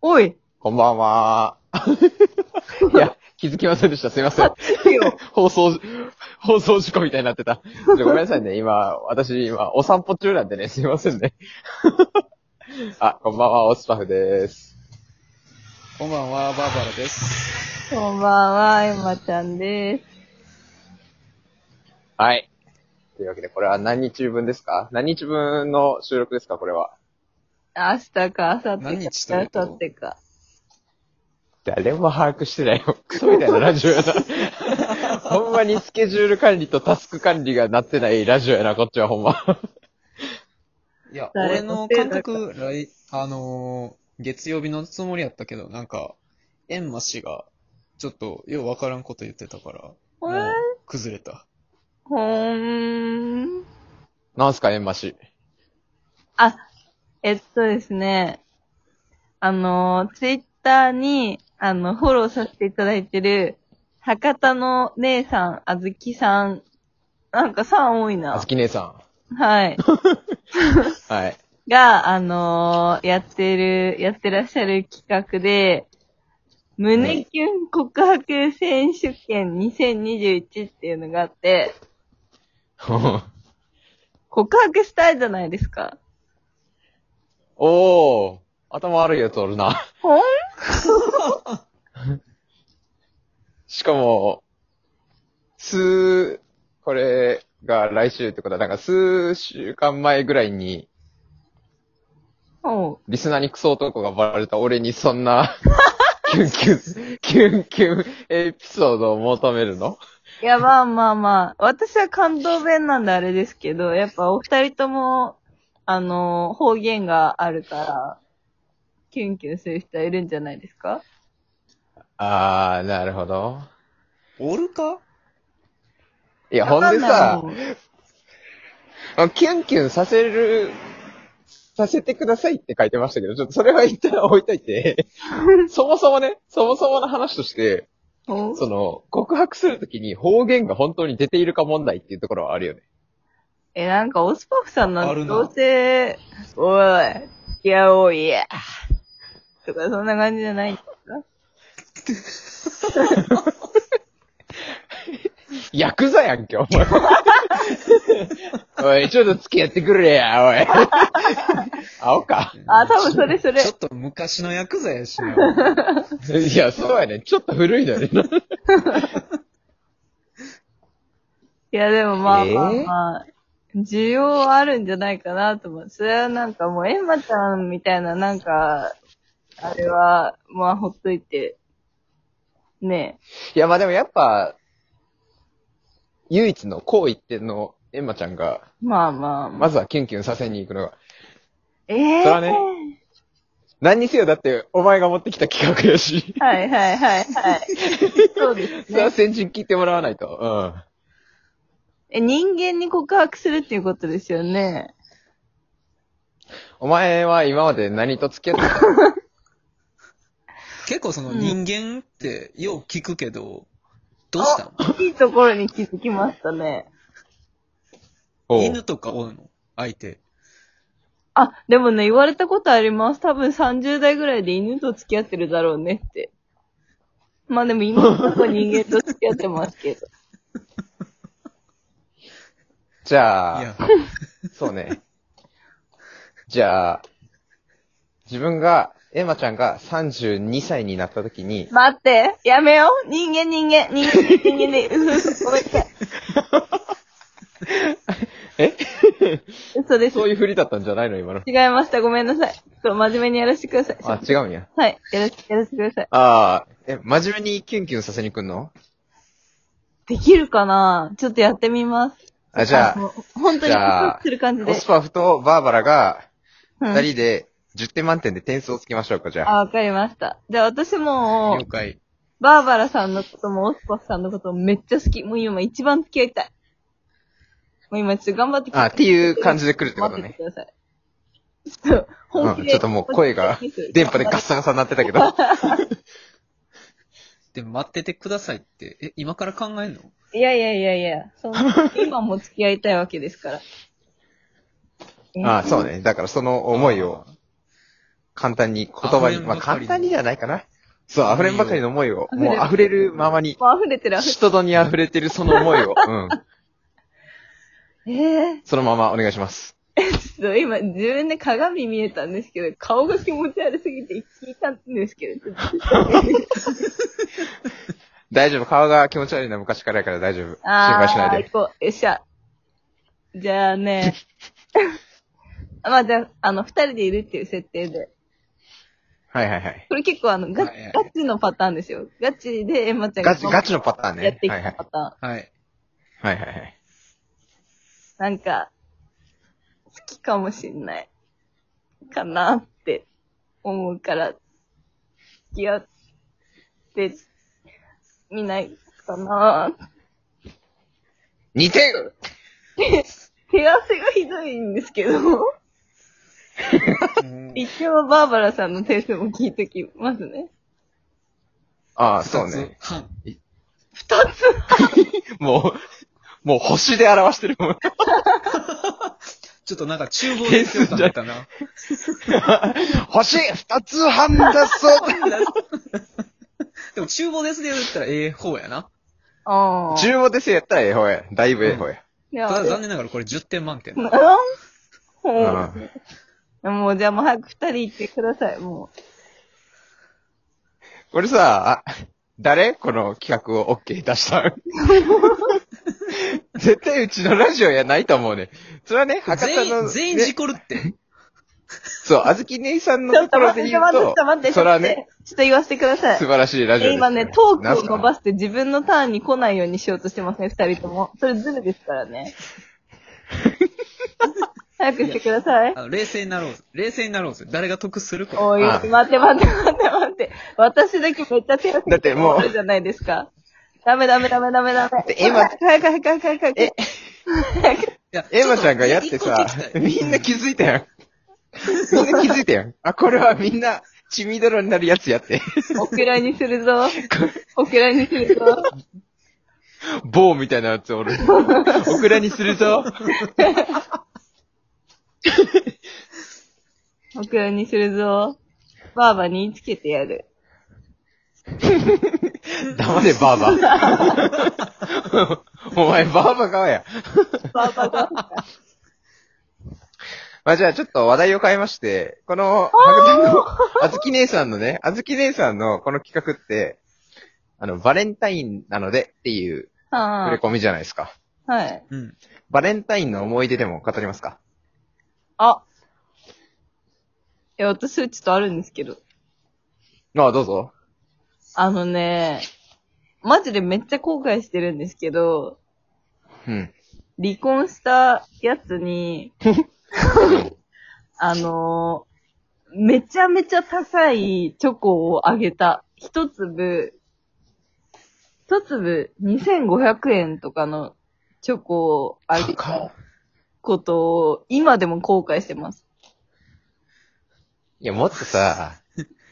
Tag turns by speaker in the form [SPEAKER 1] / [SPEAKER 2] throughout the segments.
[SPEAKER 1] おい、
[SPEAKER 2] こんばんは。 いや、気づきませんでした。すいません。
[SPEAKER 1] いいよ。
[SPEAKER 2] 放送、放送事故みたいになってた。ちょっとごめんなさいね。今、私、今、お散歩中なんでね、すいませんね。 あ、こんばんは、オスパフです。
[SPEAKER 3] こんばんは、バーバラで す。
[SPEAKER 1] こんばんは、エマちゃんです。
[SPEAKER 2] はい。というわけで、これは何日分ですか何日分の収録ですかこれは。
[SPEAKER 1] 明日か、明後日か。
[SPEAKER 3] 何日というこ
[SPEAKER 1] 明
[SPEAKER 3] と
[SPEAKER 1] 後日か。
[SPEAKER 2] 誰も把握してないよ。クソみたいなラジオ やな。ほんまにスケジュール管理とタスク管理がなってないラジオやな、こっちはほんま。
[SPEAKER 3] いや、
[SPEAKER 1] 誰
[SPEAKER 3] 俺
[SPEAKER 1] の
[SPEAKER 3] の
[SPEAKER 1] せいだか
[SPEAKER 3] 感覚、来、あのー月曜日のつもりやったけど、なんか、エンマ氏が、ちょっと、ようわからんこと言ってたから、も
[SPEAKER 1] えー
[SPEAKER 3] う、崩れた。
[SPEAKER 1] ほーん。
[SPEAKER 2] なんすか、エンマシ。
[SPEAKER 1] あ、えっとですね。あの、ツイッターに、あの、フォローさせていただいてる、博多の姉さん、あずきさん。なんかさん多い
[SPEAKER 2] あ
[SPEAKER 1] な
[SPEAKER 2] ず。き姉さ
[SPEAKER 1] はい。
[SPEAKER 2] ん。 はい。
[SPEAKER 1] が、あのーやってる、やってらっしゃる企画で、胸キュン告白選手権2021っていうのがあって、告白したいじゃないですか。
[SPEAKER 2] おー、頭悪いやつおるな。
[SPEAKER 1] ほん
[SPEAKER 2] しかも、数、これが来週ってことは、なんか数週間前ぐらいに、
[SPEAKER 1] おう
[SPEAKER 2] リスナーにクソ男がバレた俺にそ んな、キュンキュン、キュンキュンエピソードを求めるの
[SPEAKER 1] いや、まあまあまあ、私は関東弁なんであれですけど、やっぱお二人とも、あのー方言があるから、キュンキュンする人はいるんじゃないですか
[SPEAKER 2] あー、なるほど。
[SPEAKER 3] おるか
[SPEAKER 2] いや、ほんで
[SPEAKER 1] わか、
[SPEAKER 2] さ
[SPEAKER 1] んないもん
[SPEAKER 2] キュンキュンさせる、させてくださいって書いてましたけど、ちょっとそれは一旦置いといて、そもそもね、そもそもの話として、
[SPEAKER 1] ほん
[SPEAKER 2] その、告白するときに方言が本当に出ているか問題っていうところはあるよね。
[SPEAKER 1] え、なんか、オスパフさんな
[SPEAKER 3] あ
[SPEAKER 1] んて
[SPEAKER 3] るな
[SPEAKER 1] どうせ、おい、いやおいや、とか、そんな感じじゃないですか
[SPEAKER 2] ヤクザやんけ、お前。おい、ちょっと付き合ってくれや、おい。青か。
[SPEAKER 1] あ、多分それそれ
[SPEAKER 3] ちょ。っと昔のヤクザや しな。
[SPEAKER 2] いや、そうやね。ちょっと古いのよね。
[SPEAKER 1] いや、でもまあ
[SPEAKER 2] えー
[SPEAKER 1] まあまあ、需要あるんじゃないかなと思う。それはなんかもう、エンマちゃんみたいな、なんか、あれは、まあ、ほっといて、ね
[SPEAKER 2] いや、まあでもやっぱ、唯一のこう言ってんの、エンマちゃんが、
[SPEAKER 1] え、まあまあ、まあ、
[SPEAKER 2] まずはキュンキュンさせに行くのが、
[SPEAKER 1] ええ
[SPEAKER 2] そらね何にせよ、だって、お前が持ってきた企画やし。
[SPEAKER 1] はいはいはいはい。そうです
[SPEAKER 2] そ れ
[SPEAKER 1] ね
[SPEAKER 2] は。先陣切ってもらわないと。
[SPEAKER 1] え、人間に告白するっていうことですよね。
[SPEAKER 2] うん。お前は今まで何と付き合ってた
[SPEAKER 3] 結構その
[SPEAKER 1] うん
[SPEAKER 3] 人間ってよう聞くけど、どうしたの
[SPEAKER 1] いいところに気づきましたね。
[SPEAKER 2] おう
[SPEAKER 3] 犬とかおるの相手。
[SPEAKER 1] あ、でもね、言われたことあります。多分30代ぐらいで犬と付き合ってるだろうねって。まあでも今のとこ人間と付き合ってますけど。
[SPEAKER 2] じ
[SPEAKER 3] い
[SPEAKER 2] ゃ
[SPEAKER 3] や
[SPEAKER 2] あ、、そうね。じゃあ、自分が、エマちゃんが32歳になった時に、
[SPEAKER 1] 待ってやめよう人間人間人間人間で、うふふ、ごめんなさい。
[SPEAKER 2] え
[SPEAKER 1] 嘘です。
[SPEAKER 2] そう
[SPEAKER 1] 違
[SPEAKER 2] いう振りだったんじゃないの今の。
[SPEAKER 1] いました。ごめんなさい。そう、真面目にやらせてください。
[SPEAKER 2] あ、違うんや。
[SPEAKER 1] はい、やらせて、やらせてください。
[SPEAKER 2] ああ、え、真面目にキュンキュンさせに来んの
[SPEAKER 1] できるかなちょっとやってみます。
[SPEAKER 2] あ、じゃ
[SPEAKER 1] の本当に
[SPEAKER 2] じゃあ
[SPEAKER 1] 告白する感じ
[SPEAKER 2] あ、
[SPEAKER 1] で。
[SPEAKER 2] オスパフとバーバラが、
[SPEAKER 1] うん
[SPEAKER 2] 二人で10点満点で点数をつけましょうか、じゃあ。
[SPEAKER 1] あ、わかりました。じゃあ私も
[SPEAKER 3] 了、解。
[SPEAKER 1] バーバラさんのことも、オスパフさんのこともめっちゃ好き。もう今一番付き合いたい。もう今ちょっと頑張って
[SPEAKER 2] あ、っていう感じで来るってこ
[SPEAKER 1] 待
[SPEAKER 2] と
[SPEAKER 1] って
[SPEAKER 2] ね
[SPEAKER 1] て。ください。ちょっと、本気
[SPEAKER 2] うん
[SPEAKER 1] で。
[SPEAKER 2] ちょっともう声が電波でガッサガサになってたけど。
[SPEAKER 3] でも待っててくださいって、え、今から考えんの
[SPEAKER 1] いやいやいやいや、そんな今も付き合いたいわけですから。
[SPEAKER 2] ああ、そうね。だからその思いを簡単に言葉に、
[SPEAKER 3] 溢れん
[SPEAKER 2] ま
[SPEAKER 3] ばかりの
[SPEAKER 2] あ簡単にではないかな。そう、溢れんばかりの思いを、
[SPEAKER 1] 思いを
[SPEAKER 2] もう溢れるままに、
[SPEAKER 1] もう溢れてる、溢
[SPEAKER 2] 人とに溢れてるその思い を、うん。
[SPEAKER 1] れえー、
[SPEAKER 2] そのままお願いします。
[SPEAKER 1] ちょっと今、自分で鏡見えたんですけど、顔が気持ち悪すぎて聞いたんですけど、ちょっと
[SPEAKER 2] 大丈夫。顔が気持ち悪いのは昔からやから大丈夫。心配しない
[SPEAKER 1] ー
[SPEAKER 2] で。
[SPEAKER 1] こう、よっしゃ。じゃあ ね。まあじゃあ、あの、二人でいるっていう設定で。
[SPEAKER 2] はいはいはい。
[SPEAKER 1] これ結構あの、ガ
[SPEAKER 3] はいはい
[SPEAKER 1] ガチのパターンですよ。ガチでエンマちゃんが
[SPEAKER 2] ガチ、ガチのパターンね。
[SPEAKER 1] やってき
[SPEAKER 2] はい
[SPEAKER 1] た
[SPEAKER 2] はい
[SPEAKER 1] パ。ターン。
[SPEAKER 3] はい。
[SPEAKER 2] はいはいはい。
[SPEAKER 1] なんか、好きかもしんない。かなって思うから、付き合ってみないかな
[SPEAKER 2] 似てる
[SPEAKER 1] 手汗がひどいんですけど。
[SPEAKER 3] うん
[SPEAKER 1] 一応、バーバラさんの点数も聞いときますね。
[SPEAKER 2] ああ、そうね。。
[SPEAKER 3] 二つ半
[SPEAKER 1] 二つ
[SPEAKER 2] もう、もう星で表してるもん。
[SPEAKER 3] ちょっとなんか厨房で作ったんだったな。
[SPEAKER 2] 星二つ半だそう。
[SPEAKER 3] でも厨房ですで言ったらええ方やな。
[SPEAKER 1] ああ。
[SPEAKER 2] 15ですよやったらええ方や。だいぶええ方や。
[SPEAKER 1] い
[SPEAKER 3] た
[SPEAKER 1] や
[SPEAKER 3] だ残念ながらこれ10点満点だ。
[SPEAKER 1] うんもう、じゃあもう早く二人行ってください、も
[SPEAKER 2] これさ、あ、誰この企画を OK 出した ん絶対うちのラジオやないと思うね。それはね、博多
[SPEAKER 3] 全
[SPEAKER 2] の、
[SPEAKER 3] 員、全員
[SPEAKER 2] ね
[SPEAKER 3] 事故るって。
[SPEAKER 2] そう、あずき姉さん
[SPEAKER 1] う。ち
[SPEAKER 2] の
[SPEAKER 1] ょっ
[SPEAKER 2] とことろ
[SPEAKER 1] 待っ
[SPEAKER 2] で
[SPEAKER 1] て、ちょ
[SPEAKER 2] 言
[SPEAKER 1] っと
[SPEAKER 2] う
[SPEAKER 1] 待って、ちょっと待って、
[SPEAKER 2] と、それはね、
[SPEAKER 1] ちょっと言わせてください
[SPEAKER 2] 素。晴らしいラジオ
[SPEAKER 1] え
[SPEAKER 2] です。
[SPEAKER 1] 今ね、トー
[SPEAKER 2] なん
[SPEAKER 1] クを
[SPEAKER 2] すか
[SPEAKER 1] 伸ばして自分のターンに来ないようにしようとしてません、二人とも。それずるですから ね。早くしてください。
[SPEAKER 3] あの冷静になろうぜ。冷静になろうぜ。誰が得するか。
[SPEAKER 1] おい、
[SPEAKER 2] ああ
[SPEAKER 1] 待って待って待って待って。私だけめっちゃ手を振
[SPEAKER 2] だってもう
[SPEAKER 1] あるじゃないですか。ダメダメダメダメダメ。
[SPEAKER 2] て
[SPEAKER 1] 早
[SPEAKER 2] 今
[SPEAKER 1] く早く早く早く早く。
[SPEAKER 2] え
[SPEAKER 3] いや
[SPEAKER 2] エマちゃんがやってさ、みんな気づいたやん。みんな気づいたやん。あ、これはみんな、血みどろになるやつやって。
[SPEAKER 1] お蔵にする ぞ。お蔵にするぞ。
[SPEAKER 2] 棒みたいなやつ おる。オクラにするぞ。
[SPEAKER 1] お蔵にするぞ。ばあばにつけてやる。
[SPEAKER 2] 黙れ、バーバー。お前、バーバー顔や。
[SPEAKER 1] ばあば が。
[SPEAKER 2] まあ、じゃあちょっと話題を変えまして、この、白田の、あずき姉さんのね、あずき姉さんのこの企画って、あの、バレンタインなのでっていう触れ
[SPEAKER 1] は
[SPEAKER 2] 込みじゃないですか。
[SPEAKER 1] あ、はい。
[SPEAKER 3] うん。
[SPEAKER 2] バレンタインの思い出でも語りますか
[SPEAKER 1] あ。いや、私、ちょっとあるんですけど。
[SPEAKER 2] ああ、どうぞ。
[SPEAKER 1] あのね、マジでめっちゃ後悔してるんですけど、
[SPEAKER 2] うん。
[SPEAKER 1] 離婚したやつ に、あのーめちゃめちゃ高いチョコをあげた。一粒、一粒2500円とかのチョコをあげ
[SPEAKER 2] 高
[SPEAKER 1] た
[SPEAKER 2] っ
[SPEAKER 1] ことを今でも後悔してます。
[SPEAKER 2] いや、もっとさ、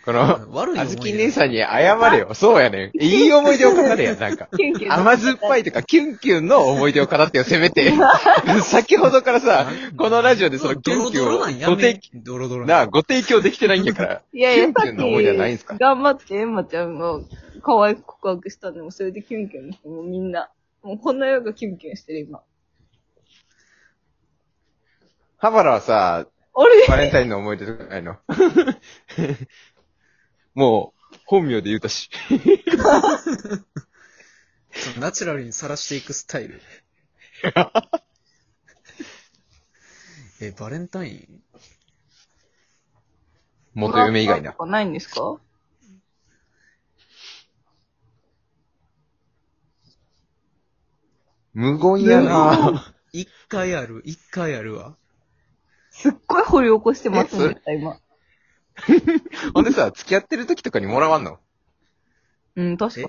[SPEAKER 2] こ
[SPEAKER 3] あ
[SPEAKER 2] の、
[SPEAKER 3] の悪い
[SPEAKER 2] あ
[SPEAKER 3] 思い
[SPEAKER 2] ず
[SPEAKER 3] 出。
[SPEAKER 2] き姉さんに謝れよ。そうやねん。いい思い出を語れや、なんか。
[SPEAKER 1] キュンキュン
[SPEAKER 2] 甘酸っぱいとか、キュンキュンの思い出を語ってよ、せめ て。先ほどからさ、このラジオでそのキュンキ
[SPEAKER 3] ドロドロ
[SPEAKER 2] ュ
[SPEAKER 3] なん
[SPEAKER 2] ン
[SPEAKER 3] や
[SPEAKER 2] をご
[SPEAKER 3] め
[SPEAKER 2] 提、
[SPEAKER 3] ドロドロ
[SPEAKER 2] なあ、
[SPEAKER 3] な。
[SPEAKER 2] ご提供できてないんや から。
[SPEAKER 1] いやいや、さ
[SPEAKER 2] キュンキュンの思い出はないん
[SPEAKER 1] っ
[SPEAKER 2] すか
[SPEAKER 1] き、頑張って、エンマちゃんが可愛く告白したんで、もうそれでキュンキュンですもうみんな。もうこんな世がキュンキュンしてる、今。
[SPEAKER 2] ハバラはさ、
[SPEAKER 1] あれ
[SPEAKER 2] バレンタインの思い出とかない のもう、本名で言うたし。
[SPEAKER 3] そうナチュラルにさらしていくス タイル。え、バレンタイン
[SPEAKER 2] 元嫁以外な。。
[SPEAKER 1] ないんですか
[SPEAKER 2] 無言やな
[SPEAKER 3] 一回ある、一回あるわ。
[SPEAKER 1] すっごい掘り起こしてます
[SPEAKER 2] え
[SPEAKER 1] ね、今。
[SPEAKER 2] ほんでさ、付き合ってる時とかにもらわんの
[SPEAKER 1] うん、確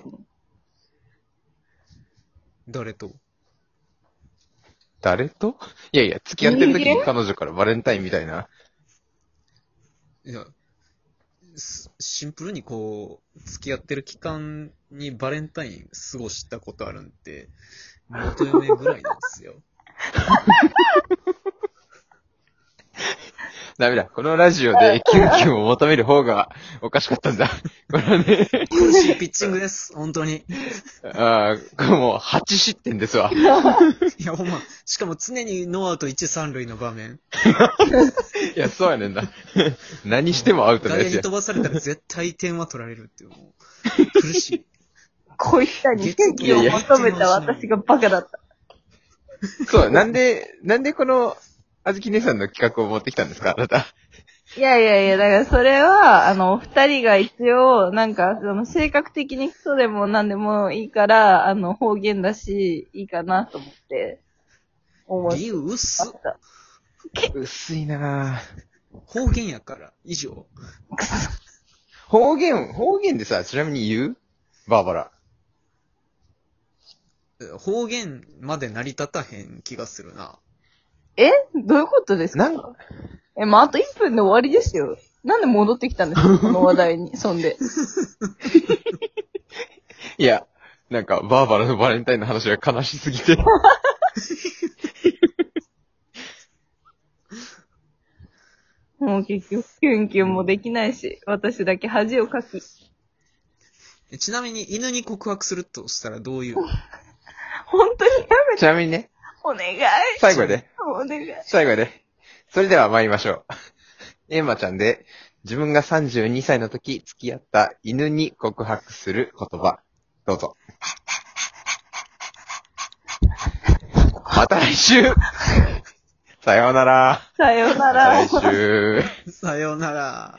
[SPEAKER 1] かに。
[SPEAKER 3] 誰と
[SPEAKER 2] 誰といやいや、付き合ってる時に彼女からバレンタインみたいな。
[SPEAKER 3] いや、すシンプルにこう、付き合ってる期間にバレンタイン過ごしたことあるんで、元嫁ぐらいなんですよ。
[SPEAKER 2] ダメだ。このラジオでキュンキュンを求める方がおかしかったんだ。これはね、
[SPEAKER 3] 苦しいピッチングです、本当に。
[SPEAKER 2] あーこれもう8失点です わ。
[SPEAKER 3] いや、ほんま、しかも常にノーアウト1、3塁の場面。
[SPEAKER 2] いや、そうやねんな。何してもアウトな
[SPEAKER 3] 外
[SPEAKER 2] や
[SPEAKER 3] 野
[SPEAKER 2] つ
[SPEAKER 3] に
[SPEAKER 2] や
[SPEAKER 3] 飛。ばされたら絶対点は取られるっていう、もう、苦しい。
[SPEAKER 1] こいつらに元気を求めた私がバカだった。
[SPEAKER 2] そう、なんで、なんでこの、あずき姉さんの企画を持ってきたんですかあなた。
[SPEAKER 1] いやいやいや、だからそれは、あの、お二人が一応、なんか、その、性格的にクソでも何でもいいから、あの、方言だし、いいかなと思って、思い
[SPEAKER 3] 理由薄
[SPEAKER 1] ま
[SPEAKER 3] っ
[SPEAKER 1] した。
[SPEAKER 2] 薄いなぁ。
[SPEAKER 3] 方言やから、以上。
[SPEAKER 2] 方言、方言でさ、ちなみに言うバーバラ。
[SPEAKER 3] 方言まで成り立たへん気がするな。
[SPEAKER 1] えどういうことですか
[SPEAKER 2] なんか
[SPEAKER 1] え、まあ、あと1分で終わりですよ。なんで戻ってきたんです かこの話題に。そんで。
[SPEAKER 2] いや、なんか、バーバラのバレンタインの話が悲しすぎ て。
[SPEAKER 1] もう結局、キュンキュンもできないし、私だけ恥をかき。
[SPEAKER 3] えちなみに犬に告白するとしたらどういう
[SPEAKER 1] 本当にやめて、
[SPEAKER 2] ちなみにね、
[SPEAKER 1] お願い。
[SPEAKER 2] 最後やで、
[SPEAKER 1] お願い。
[SPEAKER 2] 最後やで。それでは参りましょう。エンマちゃんで、自分が32歳の時付き合った犬に告白する言葉。どうぞ。また来週さようなら。
[SPEAKER 1] さような
[SPEAKER 2] また
[SPEAKER 1] ら
[SPEAKER 2] 来。週。
[SPEAKER 3] さようなら。